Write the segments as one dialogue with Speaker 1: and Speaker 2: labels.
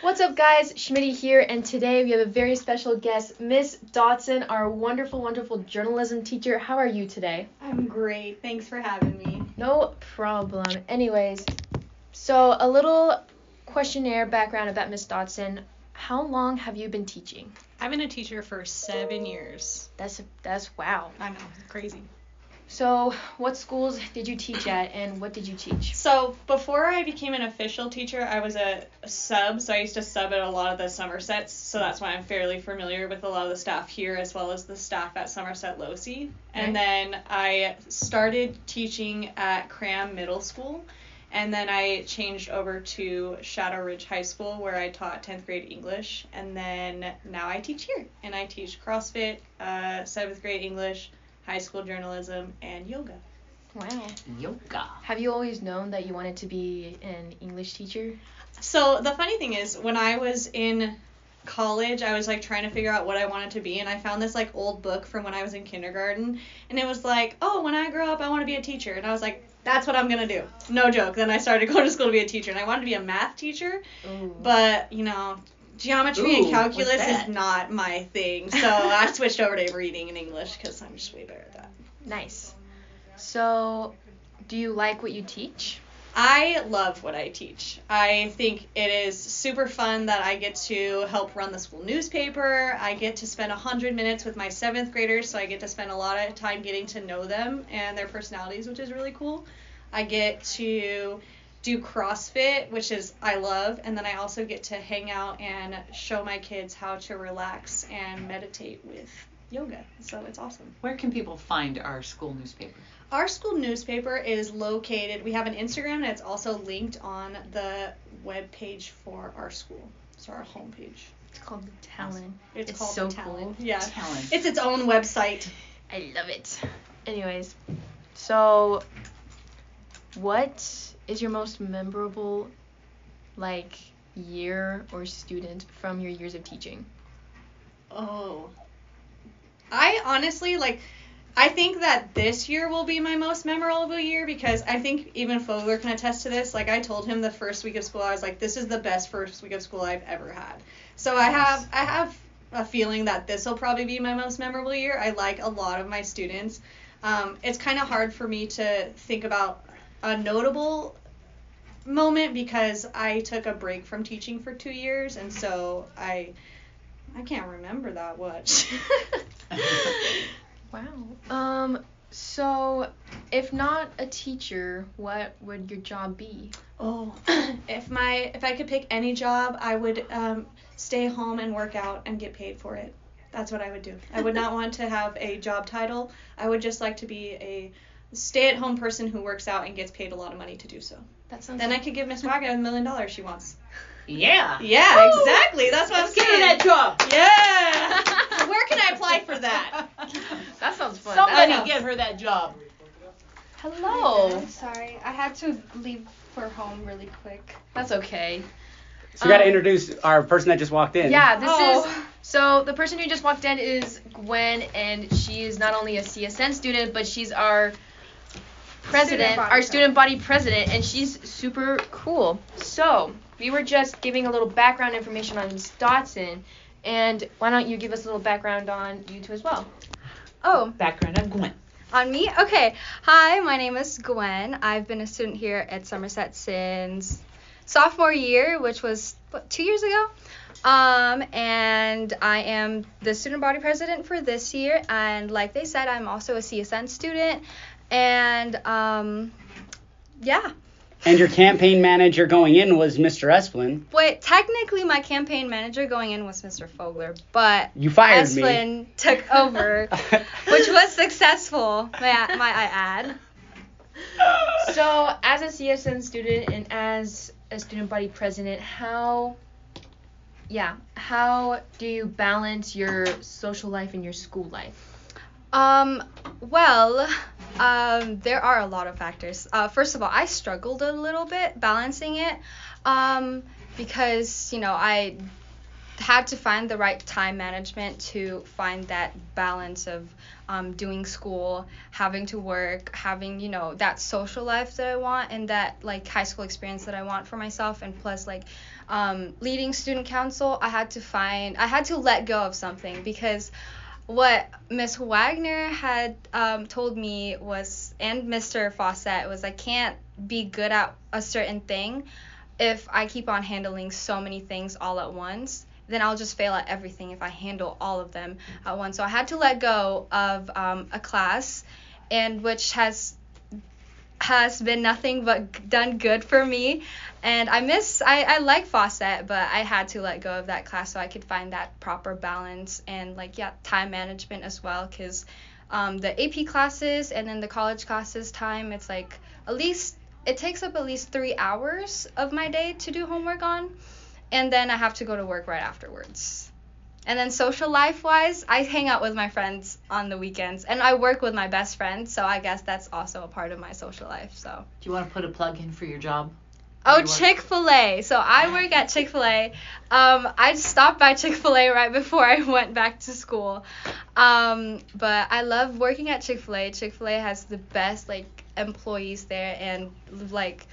Speaker 1: What's up, guys? Schmitty here, and today we have a very special guest, Miss Dotson, our wonderful, wonderful journalism teacher. How are you today?
Speaker 2: I'm great. Thanks for having me.
Speaker 1: No problem. Anyways, so a little questionnaire background about Miss Dotson. How long have you been teaching?
Speaker 2: I've been a teacher for seven years.
Speaker 1: That's that's wow.
Speaker 2: I know, crazy.
Speaker 1: So, what schools did you teach at, and what did you teach?
Speaker 2: So before I became an official teacher, I was a, a sub, so I used to sub at a lot of the Somersets, so that's why I'm fairly familiar with a lot of the staff here as well as the staff at Somerset Losey. And then I started teaching at Cram Middle School, and then I changed over to Shadow Ridge High School where I taught 10th grade English, and then now I teach here, and I teach CrossFit, uh, 7th grade English, high school journalism, and yoga.
Speaker 1: Wow.
Speaker 3: Yoga.
Speaker 1: Have you always known that you wanted to be an English teacher?
Speaker 2: So the funny thing is, when I was in college, I was like trying to figure out what I wanted to be, and I found this like old book from when I was in kindergarten, and it was like, oh, when I grow up, I want to be a teacher, and I was like, that's what I'm gonna do, no joke. Then I started going to school to be a teacher, and I wanted to be a math teacher, but you know. Geometry
Speaker 3: Ooh,
Speaker 2: and
Speaker 3: what's
Speaker 2: calculus is
Speaker 3: that?
Speaker 2: not my thing, so I switched over to reading and English because I'm just way better at that.
Speaker 1: Nice. So, do you like what you teach?
Speaker 2: I love what I teach. I think it is super fun that I get to help run the school newspaper. I get to spend 100 minutes with my seventh graders, so I get to spend a lot of time getting to know them and their personalities, which is really cool. I get to do CrossFit, which is I love, and then I also get to hang out and show my kids how to relax and meditate with yoga. So it's awesome.
Speaker 3: Where can people find our school newspaper?
Speaker 2: Our school newspaper is located. We have an Instagram and it's also linked on the web page for our school. So our homepage.
Speaker 1: It's called the Talon.
Speaker 2: It's,
Speaker 1: It's
Speaker 2: called
Speaker 1: so
Speaker 2: Talent.
Speaker 1: cool.
Speaker 4: Uh,
Speaker 2: Yeah.
Speaker 3: Talent.
Speaker 2: It's its own website.
Speaker 1: I love it. Anyways, so what is your most memorable like year or student from your years of teaching?
Speaker 2: Oh. I honestly like I think that this year will be my most memorable year because I think even Fogler can attest to this. Like I told him the first week of school, I was like, this is the best first week of school I've ever had. So I
Speaker 3: Nice.
Speaker 2: have I have a feeling that this will probably be my most memorable year. I like a lot of my students. Um, it's kind of hard for me to think about a notable moment because I took a break from teaching for two years, and so I I can't remember that much.
Speaker 1: Wow. Um so if not a teacher, what would your job be?
Speaker 2: oh, if my if I could pick any job, I would um, stay home and work out and get paid for it. That's what I would do. I would not want to have a job title. I would just like to be a stay-at-home person who works out and gets paid a lot of money to do so.
Speaker 1: That sounds
Speaker 2: Then I could give Miss Wagga a million dollars she wants.
Speaker 3: Yeah.
Speaker 2: Yeah,
Speaker 1: Woo!
Speaker 2: exactly. That's what I'm saying.
Speaker 3: job.
Speaker 2: Yeah. Where can I apply for that?
Speaker 1: That sounds fun.
Speaker 2: Somebody
Speaker 1: That-
Speaker 3: give her that job.
Speaker 1: Hello.
Speaker 4: I'm sorry. I had to leave for home really quick.
Speaker 1: That's okay.
Speaker 5: So we got to
Speaker 1: Um,
Speaker 5: introduce our person that just walked in.
Speaker 1: Yeah, this is
Speaker 4: Oh.
Speaker 1: so the person who just walked in is Gwen, and she is not only a CSN student, but she's our president,
Speaker 4: Student body
Speaker 1: our student body president, and she's super cool. So we were just giving a little background information on Ms. Dotson, and why don't you give us a little background on you two as well?
Speaker 4: Oh,
Speaker 3: Background of Gwen.
Speaker 4: on me? Okay. Hi, my name is Gwen. I've been a student here at Somerset since sophomore year, which was what, two years ago. Um, and I am the student body president for this year. And like they said, I'm also a CSN student. And um, yeah.
Speaker 5: And your campaign manager going in was Mr. Esplin.
Speaker 4: Wait, technically, my campaign manager going in was Mr. Fogler, but
Speaker 5: You fired me.
Speaker 4: Esplin took over. which was successful, may I, might I add.
Speaker 1: So as a CSN student and as a student body president, how yeah, how do you balance your social life and your school life?
Speaker 4: Um, well, um, there are a lot of factors. Uh, first of all, I struggled a little bit balancing it um, because, you know, I had to find the right time management to find that balance of um, doing school, having to work, having you know that social life that I want and that like high school experience that I want for myself, and plus like um, leading student council. I had to find I had to let go of something because what Miss Wagner had um, told me was, and Mr. Fawcett was, I can't be good at a certain thing if I keep on handling so many things all at once. Then I'll just fail at everything if I handle all of them at once. So I had to let go of um, a class, and which has has been nothing but g- done good for me. And I miss, I, I like Fawcett, but I had to let go of that class so I could find that proper balance and, like, yeah, time management as well. Because um, the AP classes and then the college classes time, it's like at least, it takes up at least three hours of my day to do homework on. And then I have to go to work right afterwards. And then social life wise, I hang out with my friends on the weekends and I work with my best friend, so I guess that's also a part of my social life. So
Speaker 3: Do you want to put a plug in for your job?
Speaker 4: Oh,
Speaker 3: You work-
Speaker 4: Chick Fil A. So I work at Chick Fil A. Um, I stopped by Chick Fil A right before I went back to school. Um, but I love working at Chick Fil A. Chick Fil A has the best like employees there, and like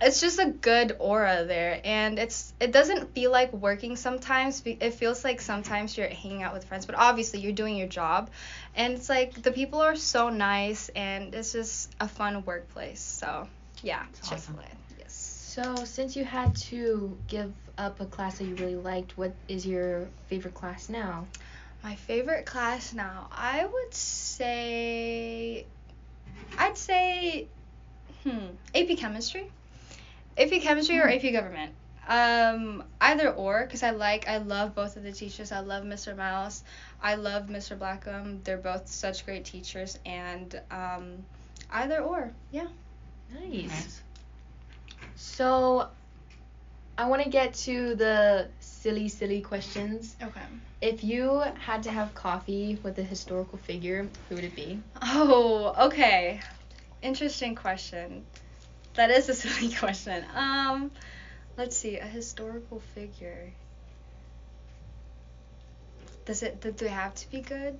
Speaker 4: it's just a good aura there. And it's it doesn't feel like working sometimes. be- It feels like sometimes you're hanging out with friends, but obviously you're doing your job. And it's like the people are so nice, and it's just a fun workplace. So yeah,
Speaker 3: That's
Speaker 4: Chick
Speaker 3: awesome.
Speaker 4: Fil A. Yes.
Speaker 1: So, since you had to give up a class that you really liked, what is your favorite class now?
Speaker 4: My favorite class now, I would say, I'd say, hmm, AP Chemistry, AP Chemistry or AP Government. Um, either or, cause I like, I love both of the teachers. I love Mr. Mouse. I love Mr. Blackham. They're both such great teachers, and um, either or, yeah.
Speaker 1: Nice.
Speaker 3: Nice.
Speaker 1: So, I want to get to the silly, silly questions.
Speaker 4: Okay.
Speaker 1: If you had to have coffee with a historical figure, who would it be?
Speaker 4: Oh, okay. Interesting question. That is a silly question. Um, let's see, a historical figure. Does it? Did they have to be good?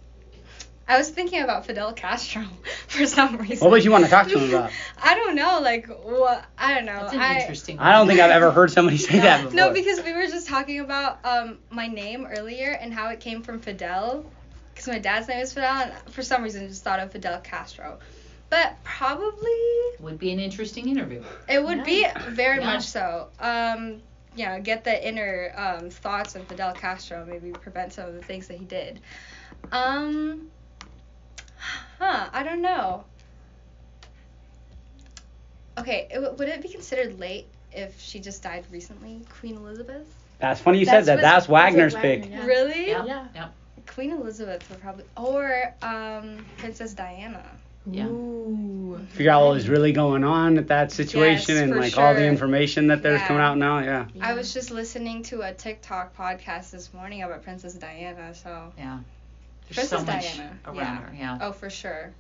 Speaker 4: I was thinking about Fidel Castro for some reason.
Speaker 5: would you wanna talk to him about?
Speaker 4: I don't know. Like what? I don't know.
Speaker 3: That's an
Speaker 4: Oh, I,
Speaker 3: interesting.
Speaker 5: I don't think I've ever heard somebody say that before.
Speaker 4: no, because we were just talking about um, my name earlier and how it came from Fidel, because my dad's name is Fidel, and for some reason I just thought of Fidel Castro. But probably
Speaker 3: Would be an interesting interview.
Speaker 4: it would be very
Speaker 3: Yeah.
Speaker 4: much so. Um, yeah, get the inner um, thoughts of Fidel Castro, maybe prevent some of the things that he did. Um, huh, I don't know. Okay, it, w- would it be considered late if she just died recently, Queen Elizabeth?
Speaker 5: That's funny you said that. That's Wagner's pick.
Speaker 1: Yeah.
Speaker 4: Really?
Speaker 3: Yeah.
Speaker 1: Yeah.
Speaker 3: Yeah.
Speaker 4: Queen Elizabeth would probably, or um, Princess Diana.
Speaker 3: Yeah.
Speaker 1: Ooh.
Speaker 5: Figure out what was really going on at that situation
Speaker 4: Yes,
Speaker 5: and
Speaker 4: for
Speaker 5: like all the
Speaker 4: sure.
Speaker 5: information that there's
Speaker 4: Yeah.
Speaker 5: coming out now. Yeah.
Speaker 4: I was just listening to a TikTok podcast this morning about Princess Diana, so.
Speaker 3: Yeah. There's
Speaker 4: Princess
Speaker 3: so much
Speaker 4: Diana.
Speaker 3: around
Speaker 4: Yeah.
Speaker 3: her. Yeah.
Speaker 4: Oh, for sure.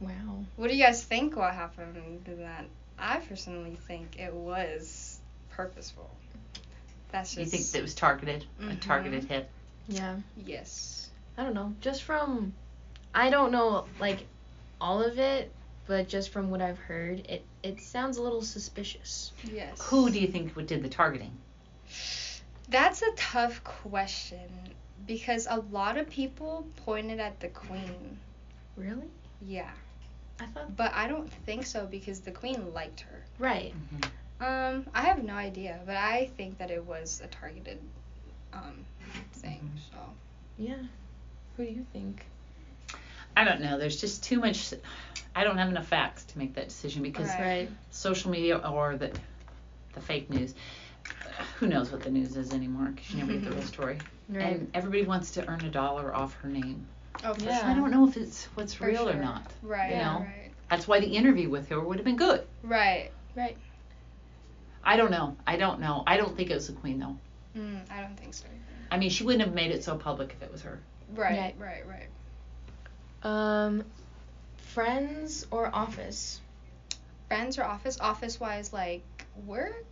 Speaker 1: Wow.
Speaker 4: What do you guys think what happened in that? I personally think it was purposeful. That's
Speaker 3: You
Speaker 4: just.
Speaker 3: think that was targeted? A
Speaker 4: Mhm.
Speaker 3: targeted hit.
Speaker 1: Yeah.
Speaker 4: Yes.
Speaker 1: I don't know. Just from, I don't know like all of it, but just from what I've heard, it it sounds a little suspicious.
Speaker 4: Yes.
Speaker 3: Who do you think would did the targeting?
Speaker 4: That's a tough question because a lot of people pointed at the Queen.
Speaker 1: Really?
Speaker 4: Yeah.
Speaker 1: I thought
Speaker 4: But I don't think so because the Queen liked her.
Speaker 1: right.
Speaker 3: Mhm.
Speaker 4: Um, I have no idea, but I think that it was a targeted um thing. So
Speaker 1: Yeah. Who do you think?
Speaker 3: I don't know. There's just too much. I don't have enough facts to make that decision because
Speaker 4: Right.
Speaker 3: social media or the the fake news. Who knows what the news is anymore? Because you never get the real story.
Speaker 1: Right.
Speaker 3: And everybody wants to earn a dollar off her name.
Speaker 4: oh, for
Speaker 1: Yeah.
Speaker 3: I don't know if it's what's
Speaker 4: For
Speaker 3: real or
Speaker 4: sure.
Speaker 3: not.
Speaker 4: sure. right,
Speaker 3: You know?
Speaker 4: right,
Speaker 3: That's why the interview with her would have been good.
Speaker 4: right.
Speaker 3: I don't know. I don't know. I don't think it was the queen though.
Speaker 4: Mm, I don't think so. either.
Speaker 3: I mean, she wouldn't have made it so public if it was her.
Speaker 4: Right,
Speaker 1: Right.
Speaker 4: right, right.
Speaker 1: Um, friends or office?
Speaker 4: Friends or office? Office wise, like work.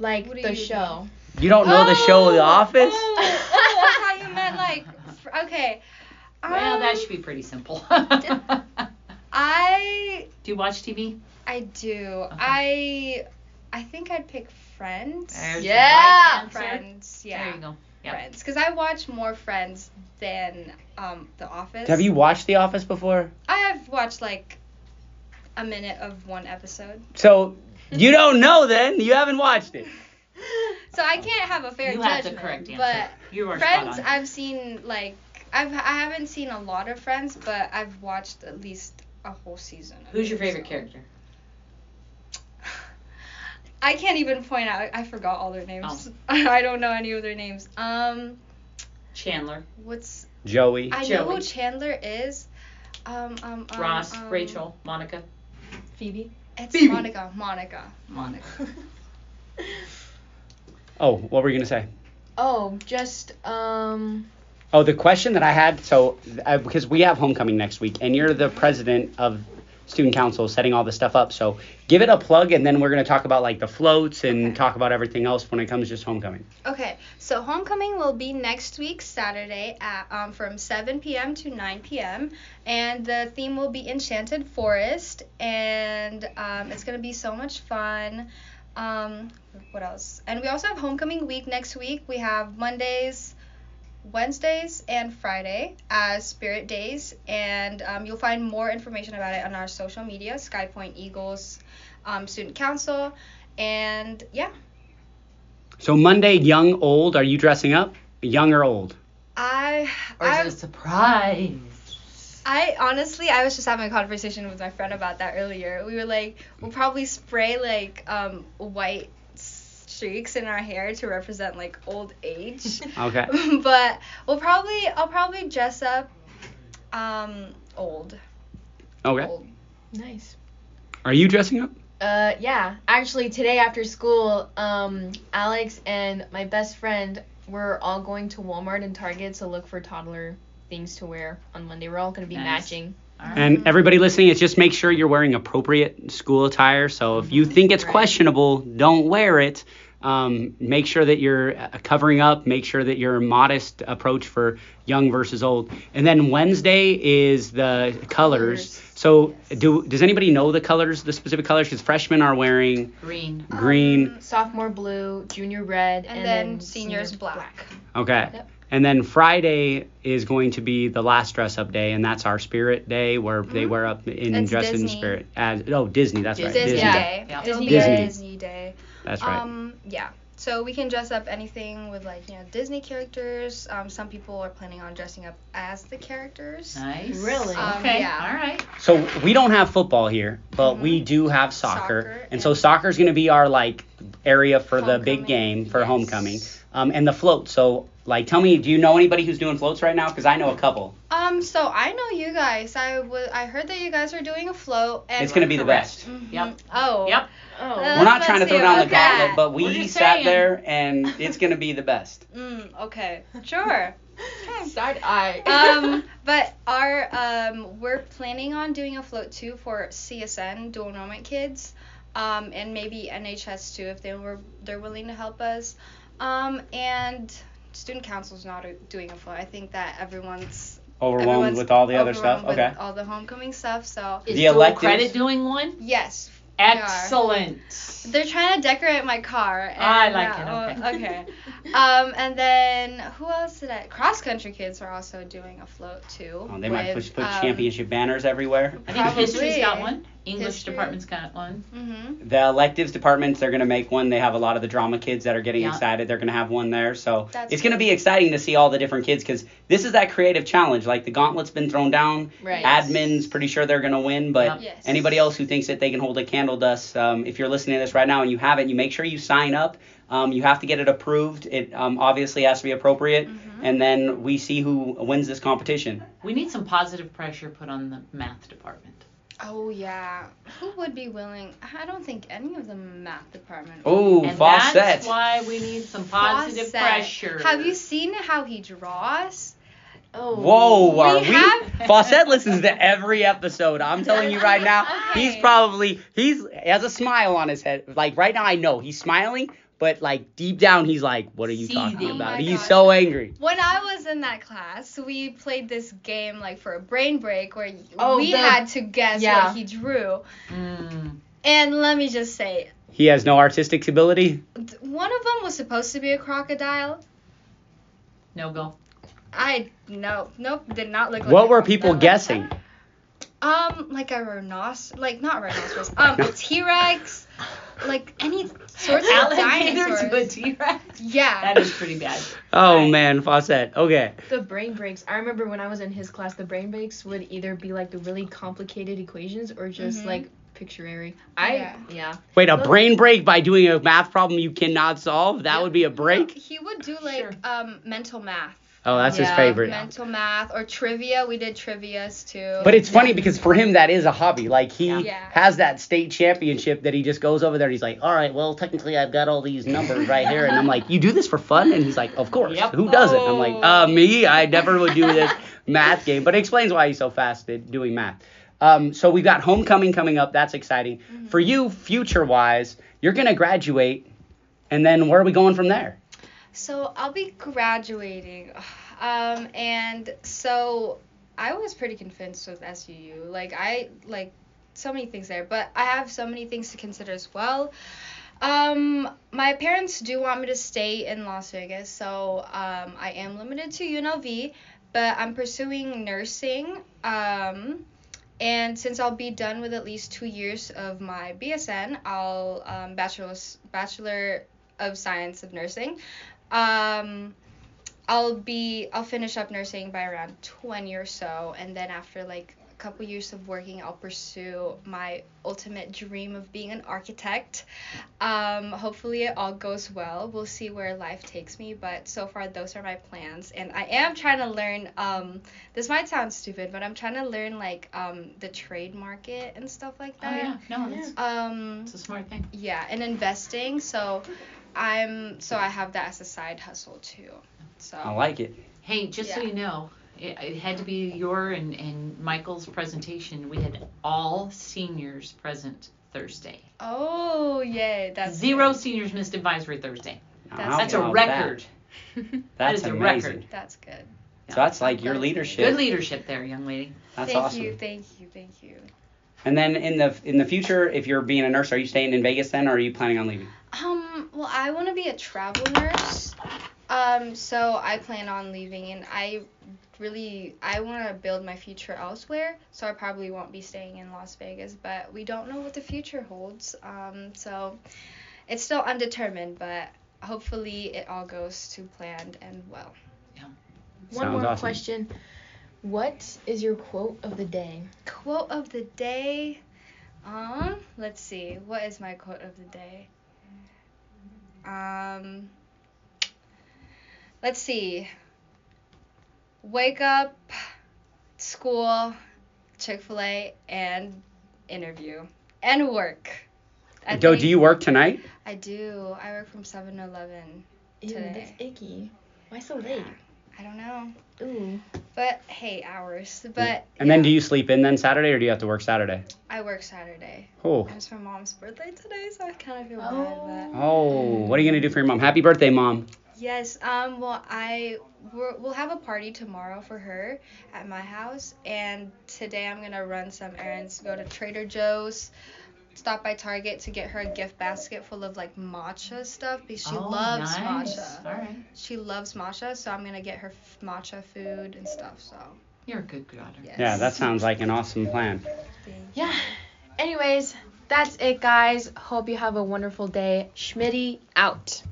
Speaker 1: Like
Speaker 4: What do
Speaker 1: the
Speaker 4: you
Speaker 1: show.
Speaker 5: You don't know Oh, the show The Office?
Speaker 4: Oh, oh, that's how you meant like. f- Okay.
Speaker 3: Well,
Speaker 4: Um,
Speaker 3: that should be pretty simple.
Speaker 4: I
Speaker 3: Do you watch TV?
Speaker 4: I do. I I think I'd pick Friends.
Speaker 3: There's the
Speaker 1: Yeah.
Speaker 3: right answer.
Speaker 4: Friends. Yeah.
Speaker 3: There you go. Yeah.
Speaker 4: Friends, because I watch more Friends than um The Office.
Speaker 5: Have you watched The Office before?
Speaker 4: I have watched like a minute of one episode,
Speaker 5: So you don't know then. You haven't watched it.
Speaker 4: so
Speaker 5: Oh.
Speaker 4: I can't have a fair
Speaker 3: you
Speaker 4: judgment.
Speaker 3: have the correct answer.
Speaker 4: But
Speaker 3: you are
Speaker 4: Friends,
Speaker 3: spot on.
Speaker 4: I've seen like I've I haven't seen a lot of Friends, but I've watched at least a whole season. Of
Speaker 3: Who's your
Speaker 4: it,
Speaker 3: favorite
Speaker 4: so.
Speaker 3: character?
Speaker 4: I can't even point out. I forgot all their
Speaker 3: Oh.
Speaker 4: names. I don't know any of their names. Um,
Speaker 3: Chandler,
Speaker 4: what's
Speaker 5: Joey.
Speaker 4: I know
Speaker 3: Joey.
Speaker 4: who Chandler is. Um, um, um
Speaker 3: Ross,
Speaker 4: um,
Speaker 3: Rachel, Monica.
Speaker 1: Phoebe.
Speaker 4: It's
Speaker 5: Phoebe.
Speaker 4: Monica. Monica.
Speaker 3: Monica.
Speaker 5: Oh, what were you gonna say?
Speaker 1: Oh, just um.
Speaker 5: Oh, the question that I had. So I, because we have homecoming next week, and you're the president of student council, setting all this stuff up. So give it a plug, and then we're gonna talk about like the floats and talk about everything else when it comes to just homecoming.
Speaker 4: Okay, so homecoming will be next week, Saturday, at, um, from 7 p.m. to 9 p.m. And the theme will be Enchanted Forest, and um, it's going to be so much fun. Um, what else? And we also have homecoming week next week. We have Mondays, Wednesdays, and Friday as Spirit Days, and um, you'll find more information about it on our social media, SkyPoint Eagles um, Student Council, and yeah.
Speaker 5: So Monday, young, old. Are you dressing up? Young or old?
Speaker 4: I
Speaker 3: Or
Speaker 4: I-
Speaker 3: is it a surprise?
Speaker 4: I honestly, I was just having a conversation with my friend about that earlier. We were like, we'll probably spray like um, white streaks in our hair to represent like old age.
Speaker 5: Okay.
Speaker 4: but we'll probably, I'll probably dress up um, old.
Speaker 5: Okay.
Speaker 4: Old.
Speaker 1: Nice.
Speaker 5: Are you dressing up?
Speaker 1: Uh, yeah. Actually, today after school, um, Alex and my best friend were all going to Walmart and Target to look for toddler things to wear on Monday. We're all gonna be
Speaker 3: Nice.
Speaker 1: matching.
Speaker 3: All right.
Speaker 5: And everybody listening, it's just make sure you're wearing appropriate school attire. So if you think it's
Speaker 1: Right.
Speaker 5: questionable, don't wear it. Um, make sure that you're uh, covering up. Make sure that you're modest approach for young versus old. And then Wednesday is the colors.
Speaker 1: Colors.
Speaker 5: So do does anybody know the colors, the specific colors? Because freshmen are wearing
Speaker 3: Green.
Speaker 5: green.
Speaker 1: Sophomore blue, junior red, and,
Speaker 4: And Um, then
Speaker 1: senior
Speaker 4: seniors black.
Speaker 5: Okay.
Speaker 1: Yep.
Speaker 5: And then Friday is going to be the last dress up day, and that's our spirit day where they wear up in
Speaker 4: That's
Speaker 5: dress in
Speaker 4: Disney.
Speaker 5: spirit. As, oh, Disney, that's right.
Speaker 3: Disney.
Speaker 4: Disney
Speaker 1: Yeah.
Speaker 4: Day.
Speaker 3: Yeah.
Speaker 4: It'll be
Speaker 5: Disney.
Speaker 4: a Disney Day.
Speaker 5: That's right.
Speaker 4: Um, yeah. So we can dress up anything with like you know Disney characters. Um, some people are planning on dressing up as the characters.
Speaker 3: Nice.
Speaker 1: Really?
Speaker 4: Um,
Speaker 3: okay.
Speaker 4: yeah.
Speaker 3: All right.
Speaker 5: So we don't have football here, but we do have soccer,
Speaker 4: Mm-hmm. Soccer,
Speaker 5: and so
Speaker 4: yeah.
Speaker 5: soccer is going to be our like area for the big
Speaker 4: Homecoming.
Speaker 5: game for
Speaker 4: Yes.
Speaker 5: homecoming, um, and the float. So like, tell me, do you know anybody who's doing floats right now? Because I know a couple.
Speaker 4: Um, so I know you guys. I w- I heard that you guys are doing a float. And
Speaker 5: it's going to be the
Speaker 3: Correct.
Speaker 5: best.
Speaker 4: Mhm.
Speaker 3: Yep.
Speaker 4: Oh.
Speaker 3: Yep.
Speaker 1: Oh.
Speaker 4: Uh,
Speaker 5: We're not
Speaker 4: let's
Speaker 5: trying to throw
Speaker 4: see
Speaker 5: down the
Speaker 4: about
Speaker 5: gauntlet,
Speaker 4: that.
Speaker 5: but
Speaker 3: We're
Speaker 5: we
Speaker 3: just
Speaker 5: sat
Speaker 3: saying.
Speaker 5: there, and it's going to be the best.
Speaker 4: Mm, okay. Sure.
Speaker 1: Side eye.
Speaker 4: um, but our um, we're planning on doing a float too for CSN dual enrollment kids, um, and maybe NHS too if they were they're willing to help us, um, and student council's not a- doing a float. I think that everyone's
Speaker 5: Overwhelmed
Speaker 4: everyone's
Speaker 5: with all the other stuff.
Speaker 4: overwhelmed
Speaker 5: Okay.
Speaker 4: with all the homecoming stuff. So
Speaker 3: Is
Speaker 5: The
Speaker 3: dual
Speaker 5: electives.
Speaker 3: credit doing one?
Speaker 4: yes, we are.
Speaker 3: Excellent.
Speaker 4: They're trying to decorate my car. And,
Speaker 3: I like
Speaker 4: uh,
Speaker 3: it.
Speaker 4: oh,
Speaker 3: Okay.
Speaker 4: okay. Um, and then who else did I? Cross country kids are also doing a float too.
Speaker 5: Oh, they might
Speaker 4: with,
Speaker 5: push, put
Speaker 4: um,
Speaker 5: championship banners everywhere.
Speaker 3: I think history's got
Speaker 4: Probably.
Speaker 3: one. English
Speaker 4: History.
Speaker 3: department's got one.
Speaker 4: hmm
Speaker 5: The electives departments, they're going to make one. They have a lot of the drama kids that are getting
Speaker 3: Yeah.
Speaker 5: excited. They're going to have one there. So
Speaker 4: That's
Speaker 5: it's going to be exciting to see all the different kids because this is that creative challenge. Like the gauntlet's been thrown down.
Speaker 1: Right.
Speaker 5: Admin's pretty sure they're going to win.
Speaker 3: Yep.
Speaker 5: But
Speaker 4: Yes.
Speaker 5: anybody else who thinks that they can hold a candle to us, um, if you're listening to this right now and you haven't, you make sure you sign up. Um, you have to get it approved. It um, obviously has to be appropriate.
Speaker 4: Mm-hmm.
Speaker 3: Mm-hmm.
Speaker 5: And then we see who wins this competition.
Speaker 3: We need some positive pressure put on the math department.
Speaker 4: Oh yeah. Who would be willing? I don't think any of the math department.
Speaker 5: Oh,
Speaker 3: and
Speaker 5: falsette.
Speaker 3: that's why we need some positive
Speaker 4: Fawcett.
Speaker 3: pressure.
Speaker 4: Have you seen how he draws?
Speaker 1: oh.
Speaker 5: Whoa, are we?
Speaker 4: have-
Speaker 5: Fawcett listens to every episode. I'm telling you right now, he's
Speaker 4: Okay.
Speaker 5: probably he's he has a smile on his head. Like right now, I know he's smiling, But like deep down, he's like, "What are you talking
Speaker 3: Seething.
Speaker 5: about?"
Speaker 4: Oh my
Speaker 5: he's
Speaker 4: gosh.
Speaker 5: so angry.
Speaker 4: When I was in that class, we played this game like for a brain break where
Speaker 1: Oh,
Speaker 4: we
Speaker 1: the-
Speaker 4: had to guess
Speaker 1: yeah.
Speaker 4: what he drew.
Speaker 3: Mm.
Speaker 4: And let me just say,
Speaker 5: He has no artistic ability.
Speaker 4: th- one of them was supposed to be a crocodile.
Speaker 3: No go.
Speaker 4: I no, nope, did not look. like
Speaker 5: what
Speaker 4: a
Speaker 5: were people
Speaker 4: crocodile.
Speaker 5: guessing?
Speaker 4: Um, like a rhinoceros, like not rhinoceros, um, a T Rex, like any sorts of
Speaker 3: Alligator
Speaker 4: dinosaurs.
Speaker 3: to a T-Rex.
Speaker 4: Yeah.
Speaker 3: That is pretty bad.
Speaker 5: Oh
Speaker 3: Right.
Speaker 5: man, Fawcett. Okay.
Speaker 1: The brain breaks. I remember when I was in his class, the brain breaks would either be like the really complicated equations or just
Speaker 4: Mhm.
Speaker 1: like picturary. I yeah.
Speaker 4: Yeah.
Speaker 5: Wait, a
Speaker 1: Look-
Speaker 5: brain break by doing a math problem you cannot solve? That
Speaker 1: Yeah.
Speaker 5: would be a break?
Speaker 4: He would do like
Speaker 3: Sure.
Speaker 4: um mental math.
Speaker 5: Oh, that's his
Speaker 1: Yeah.
Speaker 5: favorite.
Speaker 4: Mental math or trivia. We did trivias too.
Speaker 5: But it's funny because for him that is a hobby. Like he
Speaker 4: Yeah. Yeah.
Speaker 5: has that state championship that he just goes over there and he's like, "All right, well, technically I've got all these numbers right here." And I'm like, "You do this for fun?" And he's like, "Of course.
Speaker 3: Yep.
Speaker 5: Who doesn't?" I'm like, "Uh, me. I never would do this math game." But it explains why he's so fast at doing math. Um, so we've got homecoming coming up. That's exciting.
Speaker 3: Mm-hmm.
Speaker 5: For you, future wise, you're gonna graduate, and then where are we going from there?
Speaker 4: So I'll be graduating. Um, and so I was pretty convinced with SUU. Like I like so many things there, but I have so many things to consider as well. Um, my parents do want me to stay in Las Vegas, so um, I am limited to UNLV, but I'm pursuing nursing. Um, and since I'll be done with at least two years of my BSN, I'll um, bachelor's bachelor of science of nursing um i'll be i'll finish up nursing by around 20 or so and then after like a couple years of working i'll pursue my ultimate dream of being an architect um hopefully it all goes well we'll see where life takes me but so far those are my plans and i am trying to learn um this might sound stupid but i'm trying to learn like um the trade market and stuff like
Speaker 3: Oh yeah.
Speaker 4: that
Speaker 3: No, it's,
Speaker 4: um
Speaker 3: it's a smart thing.
Speaker 4: yeah and investing so i'm so i have that as a side hustle too so
Speaker 5: I like it.
Speaker 3: Hey, just so
Speaker 4: Yeah.
Speaker 3: you know, it, it had to be your and, and Michael's presentation. We had all seniors present Thursday.
Speaker 4: oh yay that's
Speaker 3: Zero
Speaker 4: good.
Speaker 3: seniors missed advisory Thursday.
Speaker 4: That's
Speaker 3: That's a
Speaker 5: Now
Speaker 3: record.
Speaker 5: that- that's
Speaker 3: is a
Speaker 5: amazing.
Speaker 3: record.
Speaker 4: that's good
Speaker 5: So that's like your
Speaker 4: Good
Speaker 5: leadership.
Speaker 3: Good leadership there, young lady.
Speaker 5: That's
Speaker 4: thank
Speaker 5: awesome.
Speaker 4: you thank you thank you
Speaker 5: And then in the in the future, if you're being a nurse, are you staying in Vegas then, or are you planning on leaving?
Speaker 4: um well i want to be a travel nurse um so i plan on leaving and i really i want to build my future elsewhere so i probably won't be staying in las vegas but we don't know what the future holds um so it's still undetermined but hopefully it all goes to planned and well
Speaker 1: One
Speaker 5: Sounds
Speaker 1: more
Speaker 5: awesome.
Speaker 1: question. What is your quote of the day?
Speaker 4: Quote of the day. Um, let's see. What is my quote of the day? Um, let's see. Wake up, school, Chick Fil A, and interview and work. I
Speaker 5: Go.
Speaker 4: think-
Speaker 5: Do you work tonight?
Speaker 4: I do. I work from 7-Eleven.
Speaker 1: Ew, that's
Speaker 4: Today.
Speaker 1: icky. Why so late?
Speaker 4: I don't know,
Speaker 1: Ooh.
Speaker 4: but hey, hours. But
Speaker 5: And then do you sleep in then Saturday, or do you have to work Saturday?
Speaker 4: I work Saturday.
Speaker 5: Oh.
Speaker 4: It was my mom's birthday today, so I kind of feel
Speaker 1: Oh.
Speaker 4: bad. But
Speaker 5: Oh. What are you gonna do for your mom? Happy birthday, mom.
Speaker 4: Yes, um, well, I we're, we'll have a party tomorrow for her at my house, and today I'm gonna run some errands, go to Trader Joe's, stop by Target to get her a gift basket full of like matcha stuff because she
Speaker 3: Oh,
Speaker 4: loves
Speaker 3: nice.
Speaker 4: matcha.
Speaker 3: All right.
Speaker 4: She loves matcha, so I'm gonna get her f- matcha food and stuff. So
Speaker 3: You're a good daughter.
Speaker 4: yes.
Speaker 5: Yeah, that sounds like an awesome plan.
Speaker 1: Yeah. Anyways, that's it, guys. Hope you have a wonderful day. Schmitty out.